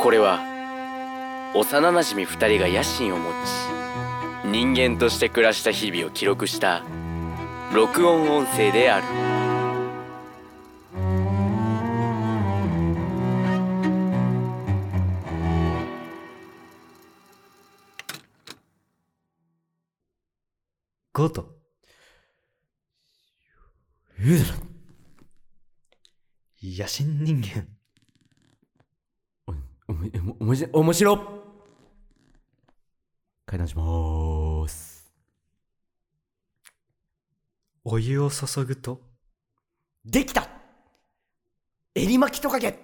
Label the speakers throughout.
Speaker 1: これは幼なじみ2人が野心を持ち人間として暮らした日々を記録した録音音声である
Speaker 2: ゴト。言うだろ。野心人間。
Speaker 3: おも、おもし、おもしろ階段しまーす。
Speaker 2: お湯を注ぐと、
Speaker 3: できた襟巻きトカゲ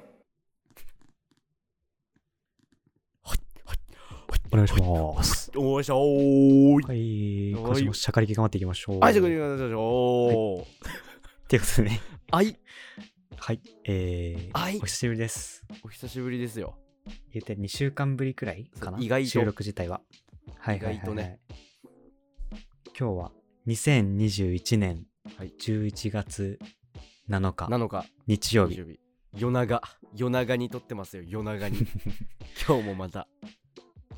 Speaker 2: お願いします。
Speaker 3: おーしょーい
Speaker 2: はい、
Speaker 3: はい
Speaker 2: 今週もしゃかりき頑張っていきましょう。
Speaker 3: はい、じゃあ、おー
Speaker 2: ということでね、
Speaker 3: はい、
Speaker 2: はい、えー、
Speaker 3: はい
Speaker 2: お久しぶりです。
Speaker 3: お久しぶりですよ。
Speaker 2: 言って2週間ぶりくらいかな
Speaker 3: そう意外と
Speaker 2: 収録自体は。はいはいはい、はい。
Speaker 3: 意外とね。
Speaker 2: 今日は2021年
Speaker 3: はい
Speaker 2: 11月7日、
Speaker 3: なのか、
Speaker 2: 日曜日。
Speaker 3: 日。夜長、夜長に撮ってますよ、夜 長に。今日もまた。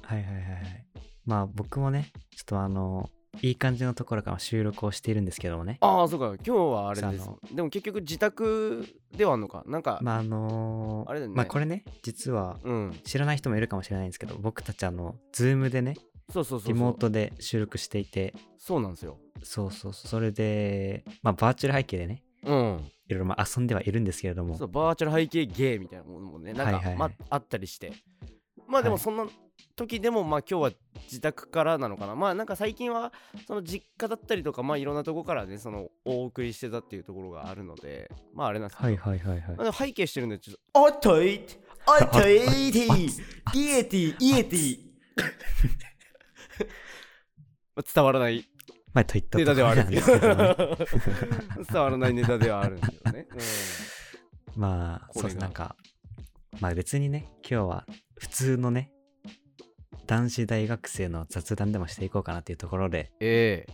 Speaker 2: はいはいはいはい。まあ僕もね、ちょっとあの、いい感じのところから収録をしているんですけどもね。
Speaker 3: ああ、そうか、今日はあれです
Speaker 2: そう。
Speaker 3: でも結局自宅ではあんのか、なんか、
Speaker 2: まああのー
Speaker 3: あれだよね
Speaker 2: まあこれね、実は
Speaker 3: うん、
Speaker 2: 知らない人もいるかもしれないんですけど、僕たちあの、ズームでね、
Speaker 3: そうそうそうそう。
Speaker 2: リモートで収録していて、
Speaker 3: そうなんですよ。
Speaker 2: そうそうそう、それで、まあバーチャル背景でね、
Speaker 3: うん。
Speaker 2: いろいろまあ遊んではいるんですけれども
Speaker 3: そ、うバーチャル背景ゲーみたいなものもねなんか、
Speaker 2: はいはいはい
Speaker 3: まああったりしてまあで
Speaker 2: は
Speaker 3: も
Speaker 2: い
Speaker 3: そんな時でもまあ今日は自宅からなのかなまあなんか最近はその実家だったりとかまあいろんなとこからねそのお送りしてたっていうところがあるのでまああれなんですけど、
Speaker 2: はいはいはいはい
Speaker 3: ま。あでも背景してるんでちょっとおっといおっといティイエティイエティまあ伝わらない
Speaker 2: まあ、といった
Speaker 3: ネ
Speaker 2: とこ
Speaker 3: タで
Speaker 2: ろ
Speaker 3: はある
Speaker 2: なんん
Speaker 3: で
Speaker 2: です
Speaker 3: け
Speaker 2: すけ
Speaker 3: ど
Speaker 2: ど
Speaker 3: ね
Speaker 2: ね。
Speaker 3: 伝わらないネタではあるんですけどね、うん
Speaker 2: まあ、
Speaker 3: これが
Speaker 2: そうです。なんか、まあ別にね、今日は普通のね、男子大学生の雑談でもしていこうかなというところで、
Speaker 3: ええ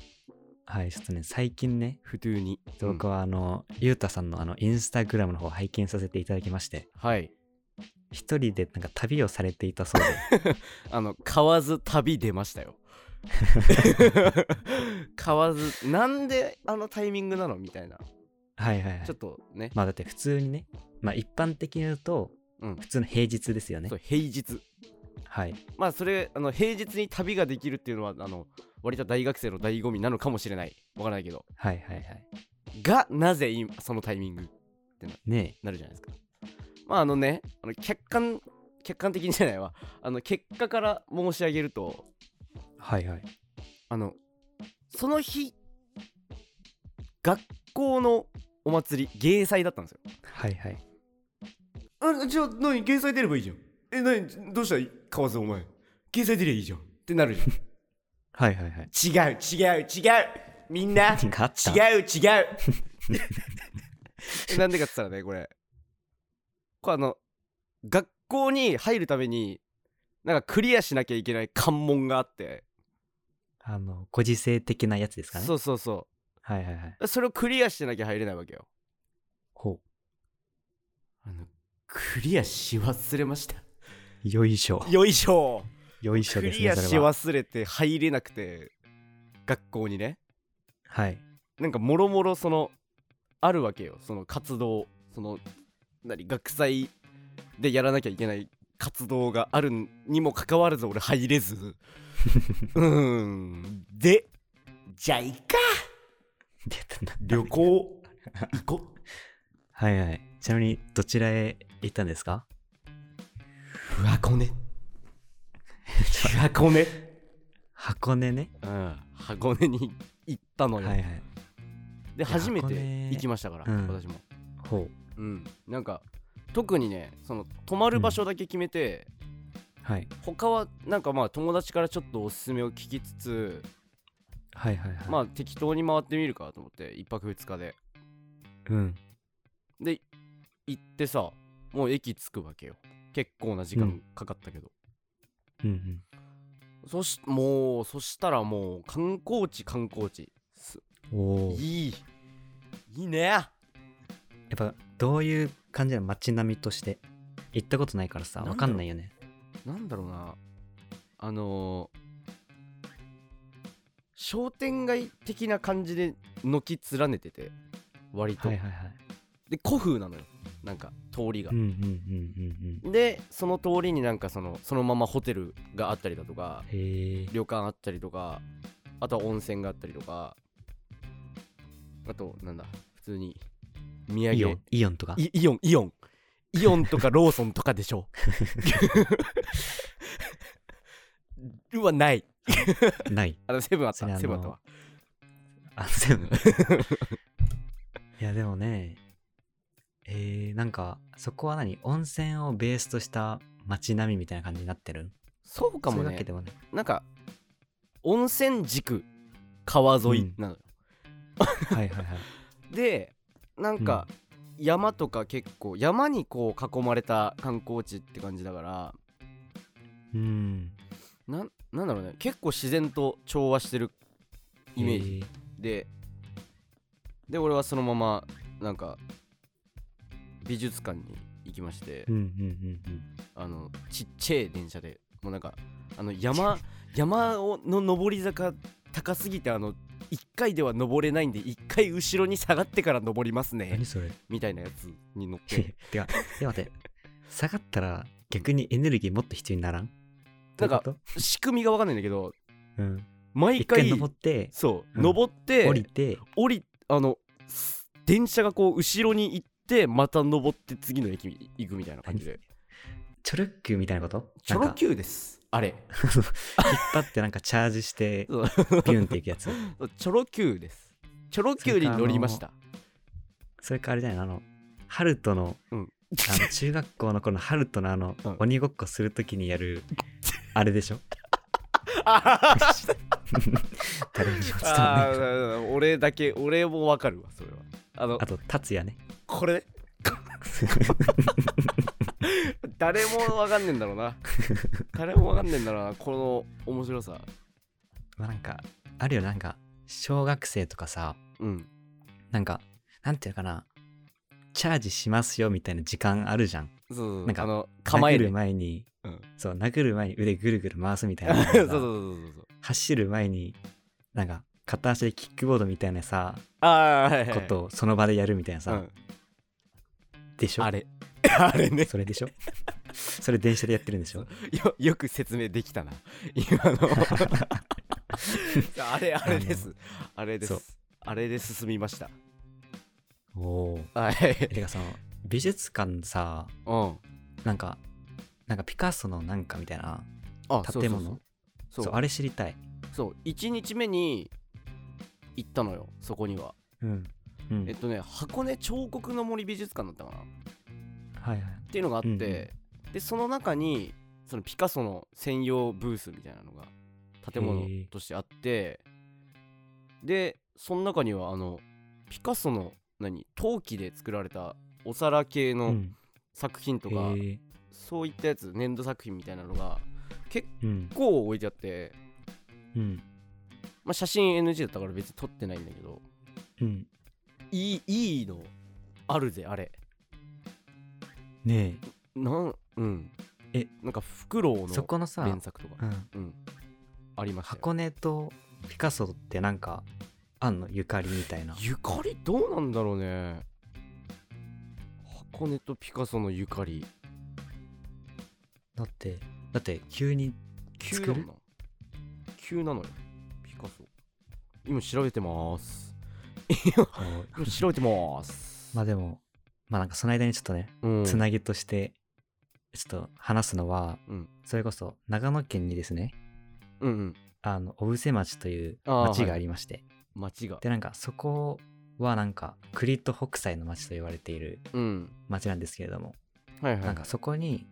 Speaker 2: はい、ちょっとね、最近ね、
Speaker 3: 普通に
Speaker 2: 僕はあの、ゆうたさんのあの、インスタグラムの方を拝見させていただきまして、
Speaker 3: はい
Speaker 2: 一人でなんか旅をされていたそう で、
Speaker 3: あの買わず旅出ました よ買わずなんであのタイミングなのみたいな
Speaker 2: はいはいはい
Speaker 3: ちょっ。とね
Speaker 2: まあだって普通にね、まあ一般的に言うと、
Speaker 3: うん
Speaker 2: 普通の平日ですよね
Speaker 3: そ。う平日
Speaker 2: はい。
Speaker 3: まあそれあの平日に旅ができるっていうのはあの割と大学生の醍醐味なのかもしれないわからないけど
Speaker 2: はいはいはい。
Speaker 3: がなぜ今そのタイミング
Speaker 2: ね
Speaker 3: なるじゃないですかまああのねあの客観客観的にじゃないわあの結果から申し上げると
Speaker 2: え。はいはい。
Speaker 3: あのその日学校のお祭り芸祭だったんですよ
Speaker 2: はいはい。
Speaker 3: あじゃあ何掲載出ればいいじゃんえ何どうしたら川瀬お前掲載出りゃいいじゃんってなる
Speaker 2: はいはいはい。
Speaker 3: じゃ ん違う違う違うみんな違
Speaker 2: なんかあった
Speaker 3: う違う なんでかっつったらねこれこれあの学校に入るためになんかクリアしなきゃいけない関門があって、
Speaker 2: あの、ご時世的なやつですかね。
Speaker 3: そうそうそ
Speaker 2: はいはいはい。
Speaker 3: うそれをクリアしてなきゃ入れないわけよ
Speaker 2: ほ
Speaker 3: あのクリアし忘れました
Speaker 2: う。よいしょ。
Speaker 3: よいしょ
Speaker 2: よいしょ
Speaker 3: ク
Speaker 2: です
Speaker 3: リ
Speaker 2: ね、
Speaker 3: ア
Speaker 2: そ
Speaker 3: し
Speaker 2: れは。
Speaker 3: 忘れて入れなくて学校にね
Speaker 2: はい。
Speaker 3: なんかもろもろそのあるわけよその活動その何学祭でやらなきゃいけない活動があるにもかかわらず俺入れ ずうーんでじゃあいっか
Speaker 2: 出たな
Speaker 3: 旅行行こ
Speaker 2: はいはい。ちなみに、どちらへ行ったんですか
Speaker 3: ふわこ ねふわこね
Speaker 2: 箱根ね。
Speaker 3: うん箱根に行ったの
Speaker 2: はい
Speaker 3: よ、
Speaker 2: はい。
Speaker 3: で
Speaker 2: や
Speaker 3: 初め
Speaker 2: 箱
Speaker 3: て
Speaker 2: 根
Speaker 3: 行きましたから、
Speaker 2: うん
Speaker 3: 私も
Speaker 2: ほう。
Speaker 3: うん、なんか特にねその泊まる場所だけ決めて、
Speaker 2: はい。
Speaker 3: 他はなんかまあ友達からちょっとおすすめを聞きつつ、
Speaker 2: はいはいはい。
Speaker 3: まあ適当に回ってみるかと思って1泊2日で
Speaker 2: うん。
Speaker 3: で行ってさもう駅着くわけよ結構な時間かかったけど、
Speaker 2: うんうん。
Speaker 3: そしもうそしたらもう観光地観光地す
Speaker 2: おー
Speaker 3: いいいいね
Speaker 2: やっぱ、どういう感じなの街並みとして。行ったことないからさ、
Speaker 3: なんだろう
Speaker 2: わかんないよね。
Speaker 3: なんだろうなあの商店街的な感じで軒連ねてて割と、
Speaker 2: はいはいはい。
Speaker 3: で古風なのよなんか通りが
Speaker 2: うんうんうんうんうん。
Speaker 3: でその通りになんかそのそのままホテルがあったりだとか
Speaker 2: へえ。
Speaker 3: 旅館あったりとかあとは温泉があったりとかあとなんだ普通に土産
Speaker 2: イオン、イオンとか。
Speaker 3: イイオンイオンイオンとかローソンとかでしょ うわない
Speaker 2: ない。
Speaker 3: あのセブンあっ
Speaker 2: それあ
Speaker 3: た
Speaker 2: の
Speaker 3: セブンあったわ
Speaker 2: あ、セ ブン。いや、でもね、えー、なんか、そこは何温泉をベースとした街並みみたいな感じになってる
Speaker 3: そうかも
Speaker 2: そういうわ
Speaker 3: ね
Speaker 2: けでもない。
Speaker 3: なんか温泉軸川沿いなのよ、
Speaker 2: はい はいはい。
Speaker 3: でなんか山とか結構山にこう囲まれた観光地って感じだから
Speaker 2: うん。
Speaker 3: なんなんだろうね結構自然と調和してるイメージ
Speaker 2: ジ。
Speaker 3: でで俺はそのままなんか美術館に行きまして、
Speaker 2: うんうんうんうん。
Speaker 3: あのちっちゃい電車でもうなんかあの山山をの上り坂高すぎてあの1回では登れないんで1回後ろに下がってから登りますね
Speaker 2: 何それ
Speaker 3: みたいなやつに乗っ
Speaker 2: いや
Speaker 3: て
Speaker 2: てか、いや待って。下がったら逆にエネルギーもっと必要にならん
Speaker 3: なんか
Speaker 2: どういうこ
Speaker 3: 仕組みが分かんないんだけど
Speaker 2: とうん。
Speaker 3: 毎
Speaker 2: 一
Speaker 3: 回
Speaker 2: 回登って、
Speaker 3: そう、
Speaker 2: うん
Speaker 3: 登って
Speaker 2: 降りて、
Speaker 3: 降りあのす電車がこう後ろに行ってまた登って次の駅に行くみたいな感じで
Speaker 2: チョロッキューみたいなこと
Speaker 3: チョ
Speaker 2: なん
Speaker 3: ロ
Speaker 2: か
Speaker 3: Q ですあれ
Speaker 2: 引っ張ってなんかチャージして、ビ
Speaker 3: そう
Speaker 2: ュ ーンっていくやつ。
Speaker 3: チョロ Q ですチョロ Q に乗りました
Speaker 2: それかあれじゃないのあの、ハルトの、
Speaker 3: うん
Speaker 2: あの中学校の頃のハルトのあの、
Speaker 3: うん
Speaker 2: 鬼ごっこするときにやる、あれで しょ誰にも伝わん
Speaker 3: あ
Speaker 2: ないから
Speaker 3: ー俺だけ俺もわかるわそれはあの
Speaker 2: あと、達也ね。
Speaker 3: これ誰もわかんねえんだろう な誰もわかんねえんだろうなこの面白さ
Speaker 2: まあなんか、あるよ、なんか、小学生とかさ、
Speaker 3: うん
Speaker 2: なんか、なんていうかな、チャージしますよみたいな時間あるじゃん。
Speaker 3: そうそうそ
Speaker 2: なん
Speaker 3: う
Speaker 2: か
Speaker 3: あの構え
Speaker 2: 殴
Speaker 3: る
Speaker 2: る前に、
Speaker 3: うん
Speaker 2: そう、殴る前に腕ぐるぐる回すみたいな。
Speaker 3: そうそうそうそうそう
Speaker 2: 走る前に、なんか、片足でキックボードみたいなさ、
Speaker 3: ああーはいはい
Speaker 2: こ
Speaker 3: はい
Speaker 2: とをその場でやるみたいなさ、
Speaker 3: うん
Speaker 2: でしょ
Speaker 3: あれ あれね
Speaker 2: それでしょ それ電車でやってるんで しょ
Speaker 3: よよく説明できたな今のあれあれですあれで
Speaker 2: そう
Speaker 3: すあれで進みました
Speaker 2: おお
Speaker 3: はい
Speaker 2: てかその美術館さ
Speaker 3: うん
Speaker 2: なんかなんかピカソのなんかみたいな
Speaker 3: あそうそうそう
Speaker 2: 建物
Speaker 3: そ
Speaker 2: そううあれ知りたい
Speaker 3: そう1日目に行ったのよそこには
Speaker 2: うん、うん
Speaker 3: えっとね箱根彫刻の森美術館だったかなっ
Speaker 2: はいはい
Speaker 3: ていうのがあって、
Speaker 2: うんうん
Speaker 3: でその中にそのピカソの専用ブースみたいなのが建
Speaker 2: へ
Speaker 3: 物
Speaker 2: ー
Speaker 3: としてあってでその中にはあのピカソの何陶器で作られたお皿系
Speaker 2: う
Speaker 3: の
Speaker 2: ん
Speaker 3: 作品とか、
Speaker 2: へー
Speaker 3: そういったやつ粘土作品みたいなのが結
Speaker 2: うん
Speaker 3: 構置いてあって、
Speaker 2: うん
Speaker 3: まあ、写真 NG だったから別に撮ってないんだけど
Speaker 2: うん
Speaker 3: いいいいのあるぜあれ
Speaker 2: ね
Speaker 3: なんうん
Speaker 2: え
Speaker 3: なんかフクロウ
Speaker 2: えそ
Speaker 3: の
Speaker 2: このさ、
Speaker 3: 連作と
Speaker 2: う
Speaker 3: か
Speaker 2: ん、
Speaker 3: うんありましたよ
Speaker 2: 箱根とピカソってなんかあんのゆかりみたいな
Speaker 3: ゆかりどうなんだろうね箱根とピカソのゆかり
Speaker 2: だってだって急に
Speaker 3: 急
Speaker 2: 作
Speaker 3: な
Speaker 2: る
Speaker 3: のな急なのよピカソ今調べて ます
Speaker 2: こう
Speaker 3: 今調べてます
Speaker 2: まあでもまあなんかその間にちょっとね
Speaker 3: うん
Speaker 2: つなぎとしてちょっと話すのは、
Speaker 3: うん
Speaker 2: それこそ長野県にですね
Speaker 3: うんうん
Speaker 2: あの小布施町という
Speaker 3: あー
Speaker 2: 町
Speaker 3: は
Speaker 2: が
Speaker 3: い
Speaker 2: ありまして、
Speaker 3: 町が
Speaker 2: でなんかそこはなんか栗と北斎の町と言われている
Speaker 3: うん
Speaker 2: 町なんですけれども、
Speaker 3: はいはい
Speaker 2: なんかそこに、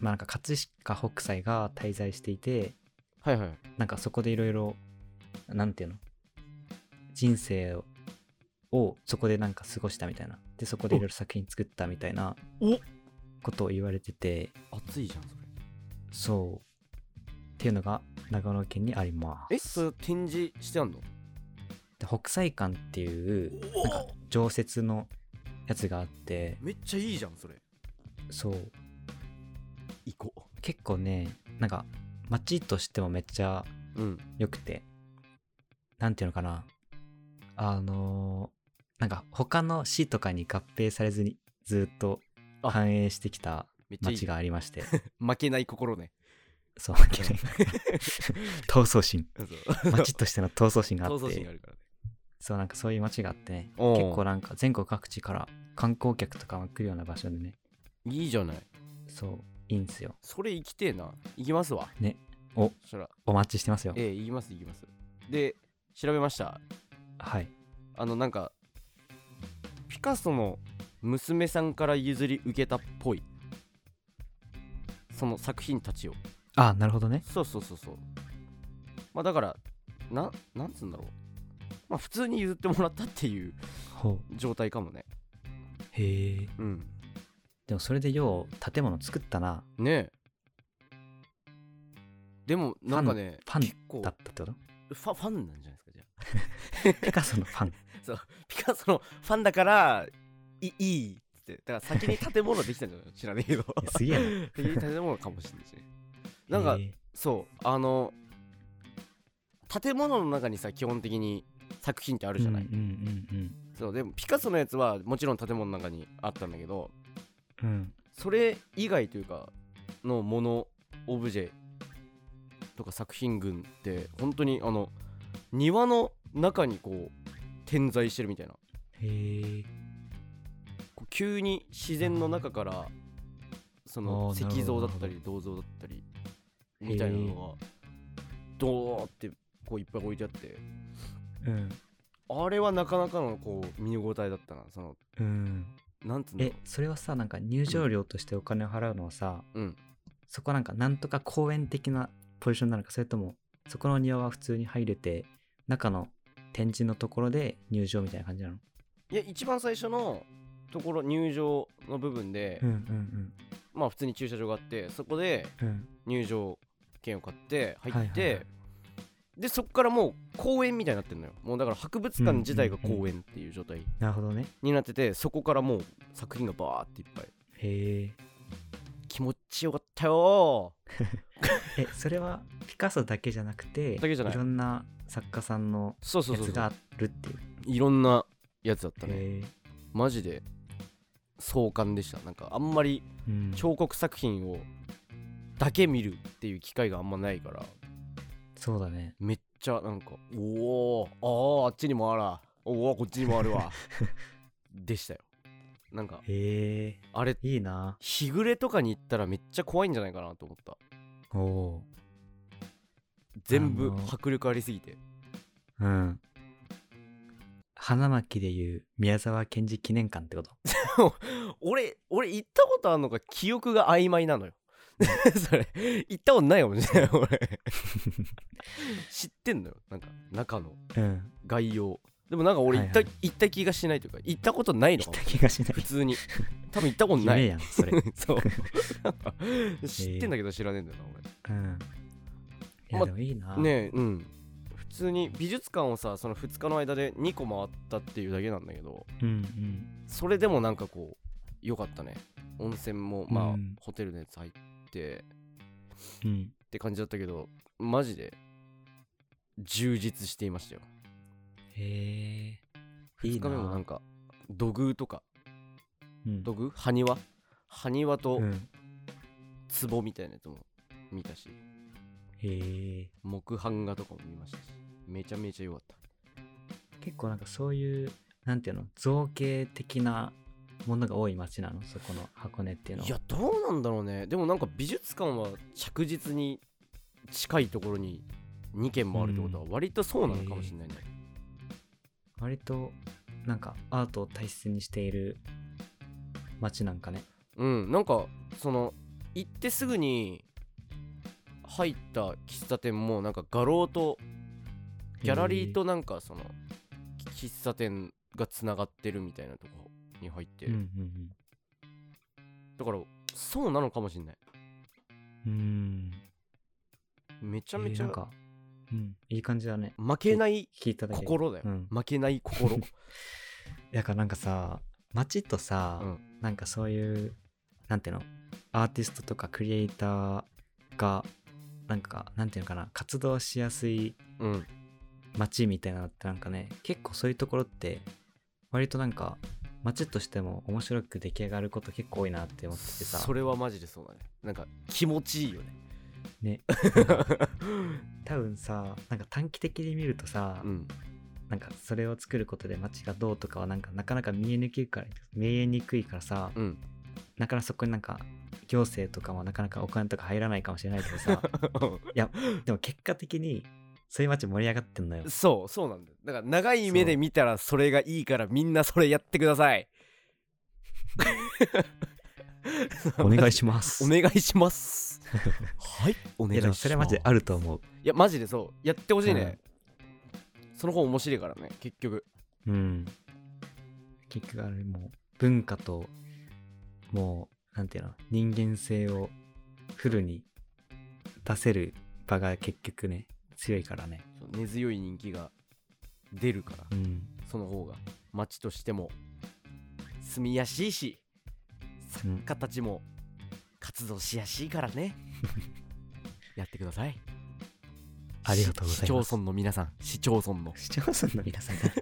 Speaker 2: まあ、なんか葛飾北斎が滞在していて
Speaker 3: はいはい
Speaker 2: なんかそこでいろいろなんていうの人生ををそこでなんか過ごしたみたいなでそこでいろいろ作品作ったみたいな
Speaker 3: お
Speaker 2: ことを言われてて
Speaker 3: 暑いじゃんそれ
Speaker 2: そう。っていうのが長野県にあります。
Speaker 3: えそれ展示してあんの
Speaker 2: で北斎館っていうなんか常設のやつがあって
Speaker 3: めっちゃいいじゃんそれ
Speaker 2: そう
Speaker 3: 行こう
Speaker 2: 結構ねなんか街としてもめっちゃ
Speaker 3: うん
Speaker 2: 良くてなんていうのかなあのーなんか他の市とかに合併されずにずっと
Speaker 3: あ
Speaker 2: 繁栄してきた
Speaker 3: めっちゃいい
Speaker 2: 街があり まして
Speaker 3: 負けない心ね
Speaker 2: そう 負けない闘 争心
Speaker 3: そう
Speaker 2: 街としての闘争心があっ
Speaker 3: 闘争心が
Speaker 2: て
Speaker 3: あるからね
Speaker 2: そうなんかそういう街があってね
Speaker 3: おう
Speaker 2: 結構なんか全国各地から観光客とかが来るような場所でね
Speaker 3: いいじゃない
Speaker 2: そういいんですよ
Speaker 3: それ行きてえな行きますわ
Speaker 2: ねお
Speaker 3: そしたら
Speaker 2: お待ちしてますよ
Speaker 3: ええ行きます行きますで調べました
Speaker 2: はい
Speaker 3: あのなんかピカソの娘さんから譲り受けたっぽいその作品たちを
Speaker 2: あなるほどね
Speaker 3: そうそうそうそうまあだからななんつうんだろうまあ普通に譲ってもらったっていう
Speaker 2: ほ
Speaker 3: 状態かもね
Speaker 2: うへえ
Speaker 3: うん
Speaker 2: でもそれでよう建物作ったな
Speaker 3: ねえでもなんかね
Speaker 2: ファン
Speaker 3: 結構
Speaker 2: だったってこと
Speaker 3: ファファンなんじゃないですかじゃあ
Speaker 2: ピカソのファン
Speaker 3: ピカソのファンだからいいいっつってだから先に建物できたんじ ゃない知らねえけど
Speaker 2: いやすげえな
Speaker 3: っていう建物かもしれないしね。 なんか
Speaker 2: へえ
Speaker 3: そうあの建物の中にさ基本的に作品ってあるじゃない、
Speaker 2: うんうん
Speaker 3: そうでもピカソのやつはもちろん建物の中にあったんだけど
Speaker 2: うんうんうん
Speaker 3: それ以外というかのものオブジェとか作品群って本当にあの庭の中にこう点在してるみたいな
Speaker 2: へえ
Speaker 3: こう急に自然の中からその
Speaker 2: あー
Speaker 3: 石像だった
Speaker 2: なる
Speaker 3: り銅像だったりみたいなのがドーってこういっぱい置いてあって
Speaker 2: うん
Speaker 3: あれはなかなかのこう見応えだったなその
Speaker 2: うん
Speaker 3: なんつうんだろ
Speaker 2: えそれはさなんか入場料としてお金を払うのはさ、
Speaker 3: うん
Speaker 2: そこはなんかなんとか公園的なポジションなのかそれともそこの庭は普通に入れて中の展示のところで入場みたいな感じなの
Speaker 3: ういや一番最初のところ入場の部分で、
Speaker 2: んうん
Speaker 3: まあ普通に駐車場があってそこで
Speaker 2: うんうん
Speaker 3: 入場券を買って入
Speaker 2: は
Speaker 3: っ
Speaker 2: いはいは
Speaker 3: てでそこからもう公園みたいになってるのよもうだから博物館自体が公園っていう状態
Speaker 2: なるほどね
Speaker 3: になっててそこからもう作品がバーっていっぱい
Speaker 2: へ
Speaker 3: 気持ちよかったよ
Speaker 2: ええそれはピカソだけじゃなくて
Speaker 3: だけじゃない
Speaker 2: ろんな作家さんの
Speaker 3: そうそう
Speaker 2: や
Speaker 3: そう
Speaker 2: つ
Speaker 3: そ
Speaker 2: が
Speaker 3: う
Speaker 2: あるっていう
Speaker 3: いろんなやつだったね
Speaker 2: へえ
Speaker 3: マジで壮観でしたなんかあんまり
Speaker 2: うん
Speaker 3: 彫刻作品をだけ見るっていう機会があんまないから
Speaker 2: そうだね
Speaker 3: めっちゃなんかおおあーあっちにもあらおおこっちにもあるわ でしたよなんか
Speaker 2: へえ
Speaker 3: あれ
Speaker 2: いいな
Speaker 3: 日暮れとかに行ったらめっちゃ怖いんじゃないかなと思った
Speaker 2: おお
Speaker 3: 全部
Speaker 2: あのー
Speaker 3: 迫力ありすぎて
Speaker 2: ーうん花巻でいう宮沢賢治記念館ってこと
Speaker 3: 俺俺行ったことあるのか記憶が曖昧なのよ それ行ったことないかもしれない俺知ってんのよなんか中の
Speaker 2: うん
Speaker 3: 概要でもなんか俺行った,、
Speaker 2: はいは
Speaker 3: 行った気がしないというか行ったことないの
Speaker 2: 行
Speaker 3: か
Speaker 2: っ
Speaker 3: も
Speaker 2: た気がしない
Speaker 3: 普通に多分行ったことな
Speaker 2: 夢
Speaker 3: い
Speaker 2: やん それ
Speaker 3: そう知ってんだけど知らねえんだよな
Speaker 2: うんいや
Speaker 3: ま
Speaker 2: でもいいな、
Speaker 3: 俺ねえうん普通に美術館をさその2日の間で2個回ったっていうだけなんだけど
Speaker 2: うんうん
Speaker 3: それでもなんかこう良かったね温泉もまあ、
Speaker 2: うん
Speaker 3: ホテルのやつ入って
Speaker 2: うん
Speaker 3: って感じだったけどマジで充実していましたよ
Speaker 2: へえい
Speaker 3: 2
Speaker 2: い
Speaker 3: 日
Speaker 2: な
Speaker 3: 目もなんか土偶とか
Speaker 2: うん
Speaker 3: 土偶埴輪埴輪と
Speaker 2: うん
Speaker 3: 壺みたいなやつも見たし
Speaker 2: へえ
Speaker 3: 木版画とかも見ましたしめちゃめちゃ良かった
Speaker 2: 結構なんかそういうなんていうの造形的なものが多い街なのそこの箱根っていうのはい
Speaker 3: やどうなんだろうねでもなんか美術館は着実に近いところに2軒もあるってことは
Speaker 2: う
Speaker 3: 割とそうなのかもしれないね、
Speaker 2: 割となんかアートを大切にしている街なんかね
Speaker 3: うんなんかその行ってすぐに入った喫茶店もなんか画廊とギャラリーとなんかその喫茶店がつながってるみたいなとこに入って、
Speaker 2: うんうん
Speaker 3: だからそうなのかもしれない
Speaker 2: うんうん
Speaker 3: めちゃ
Speaker 2: え
Speaker 3: め
Speaker 2: ー
Speaker 3: ち
Speaker 2: な
Speaker 3: ゃ
Speaker 2: んか、うん、いい感じだね
Speaker 3: 負けない
Speaker 2: 聞いただけで
Speaker 3: 心だよ、
Speaker 2: うん
Speaker 3: 負けない 心
Speaker 2: だからなんかさ街とさ、
Speaker 3: うん
Speaker 2: なんかそういうなんていうのアーティストとかクリエイターがなんかなんていうのかな活動しやすい
Speaker 3: うん
Speaker 2: 街みたいなのってなんかね結構そういうところって割となんか街としても面白く出来上がること結構多いなって思っててさ
Speaker 3: それはマジでそうだねなんか気持ちいいよね
Speaker 2: ね多分さなんか短期的に見るとさ、
Speaker 3: うん
Speaker 2: なんかそれを作ることで街がどうとかはなんかなかなか見えにくいから見えにくいからさ、
Speaker 3: うん
Speaker 2: なかなかそこになんか行政とかもなかなかお金とか入らないかもしれないけど さでも結果的にそういう街盛り上がってんのよ
Speaker 3: そうそうなんだよだから長い目で見たらそれがいいからみんなそれやってください
Speaker 2: お願いしま す
Speaker 3: お願いしますはいお
Speaker 2: い
Speaker 3: 願いしま
Speaker 2: やでも
Speaker 3: す
Speaker 2: それマジであると思う
Speaker 3: いやマジでそうやってほしいね、その方面白いからね結局
Speaker 2: うん。結局あれもう文化ともうなんていうの人間性をフルに出せる場が結局ね強いからね。
Speaker 3: そう根強い人気が出るから
Speaker 2: うん。
Speaker 3: その方が街としても住みやすいし作家たちも活動しやすいから ねやってください
Speaker 2: ありがとうございます
Speaker 3: 市町村の皆さん市町村の、
Speaker 2: 市町村の皆さん ね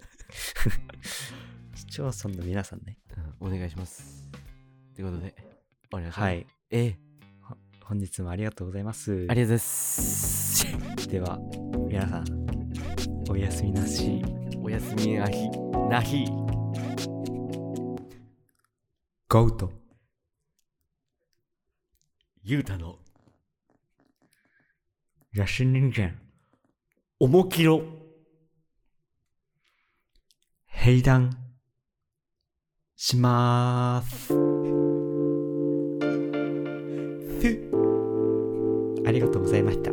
Speaker 2: 市町村の皆さんね。
Speaker 3: うんお願いしますということでお願いします、
Speaker 2: はい。
Speaker 3: ええ
Speaker 2: 本日もありがとうございます。
Speaker 3: ありがとうございます
Speaker 2: では皆さんおやすみなし。
Speaker 3: おやすみなひなひ
Speaker 2: ゴート。
Speaker 3: ゆうたの
Speaker 2: ヤシニンジェン。
Speaker 3: おもきろ
Speaker 2: 閉壇しまーす。ありがとうございました。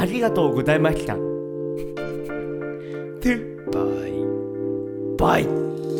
Speaker 3: ありがとうございました
Speaker 2: バイ。
Speaker 3: バイ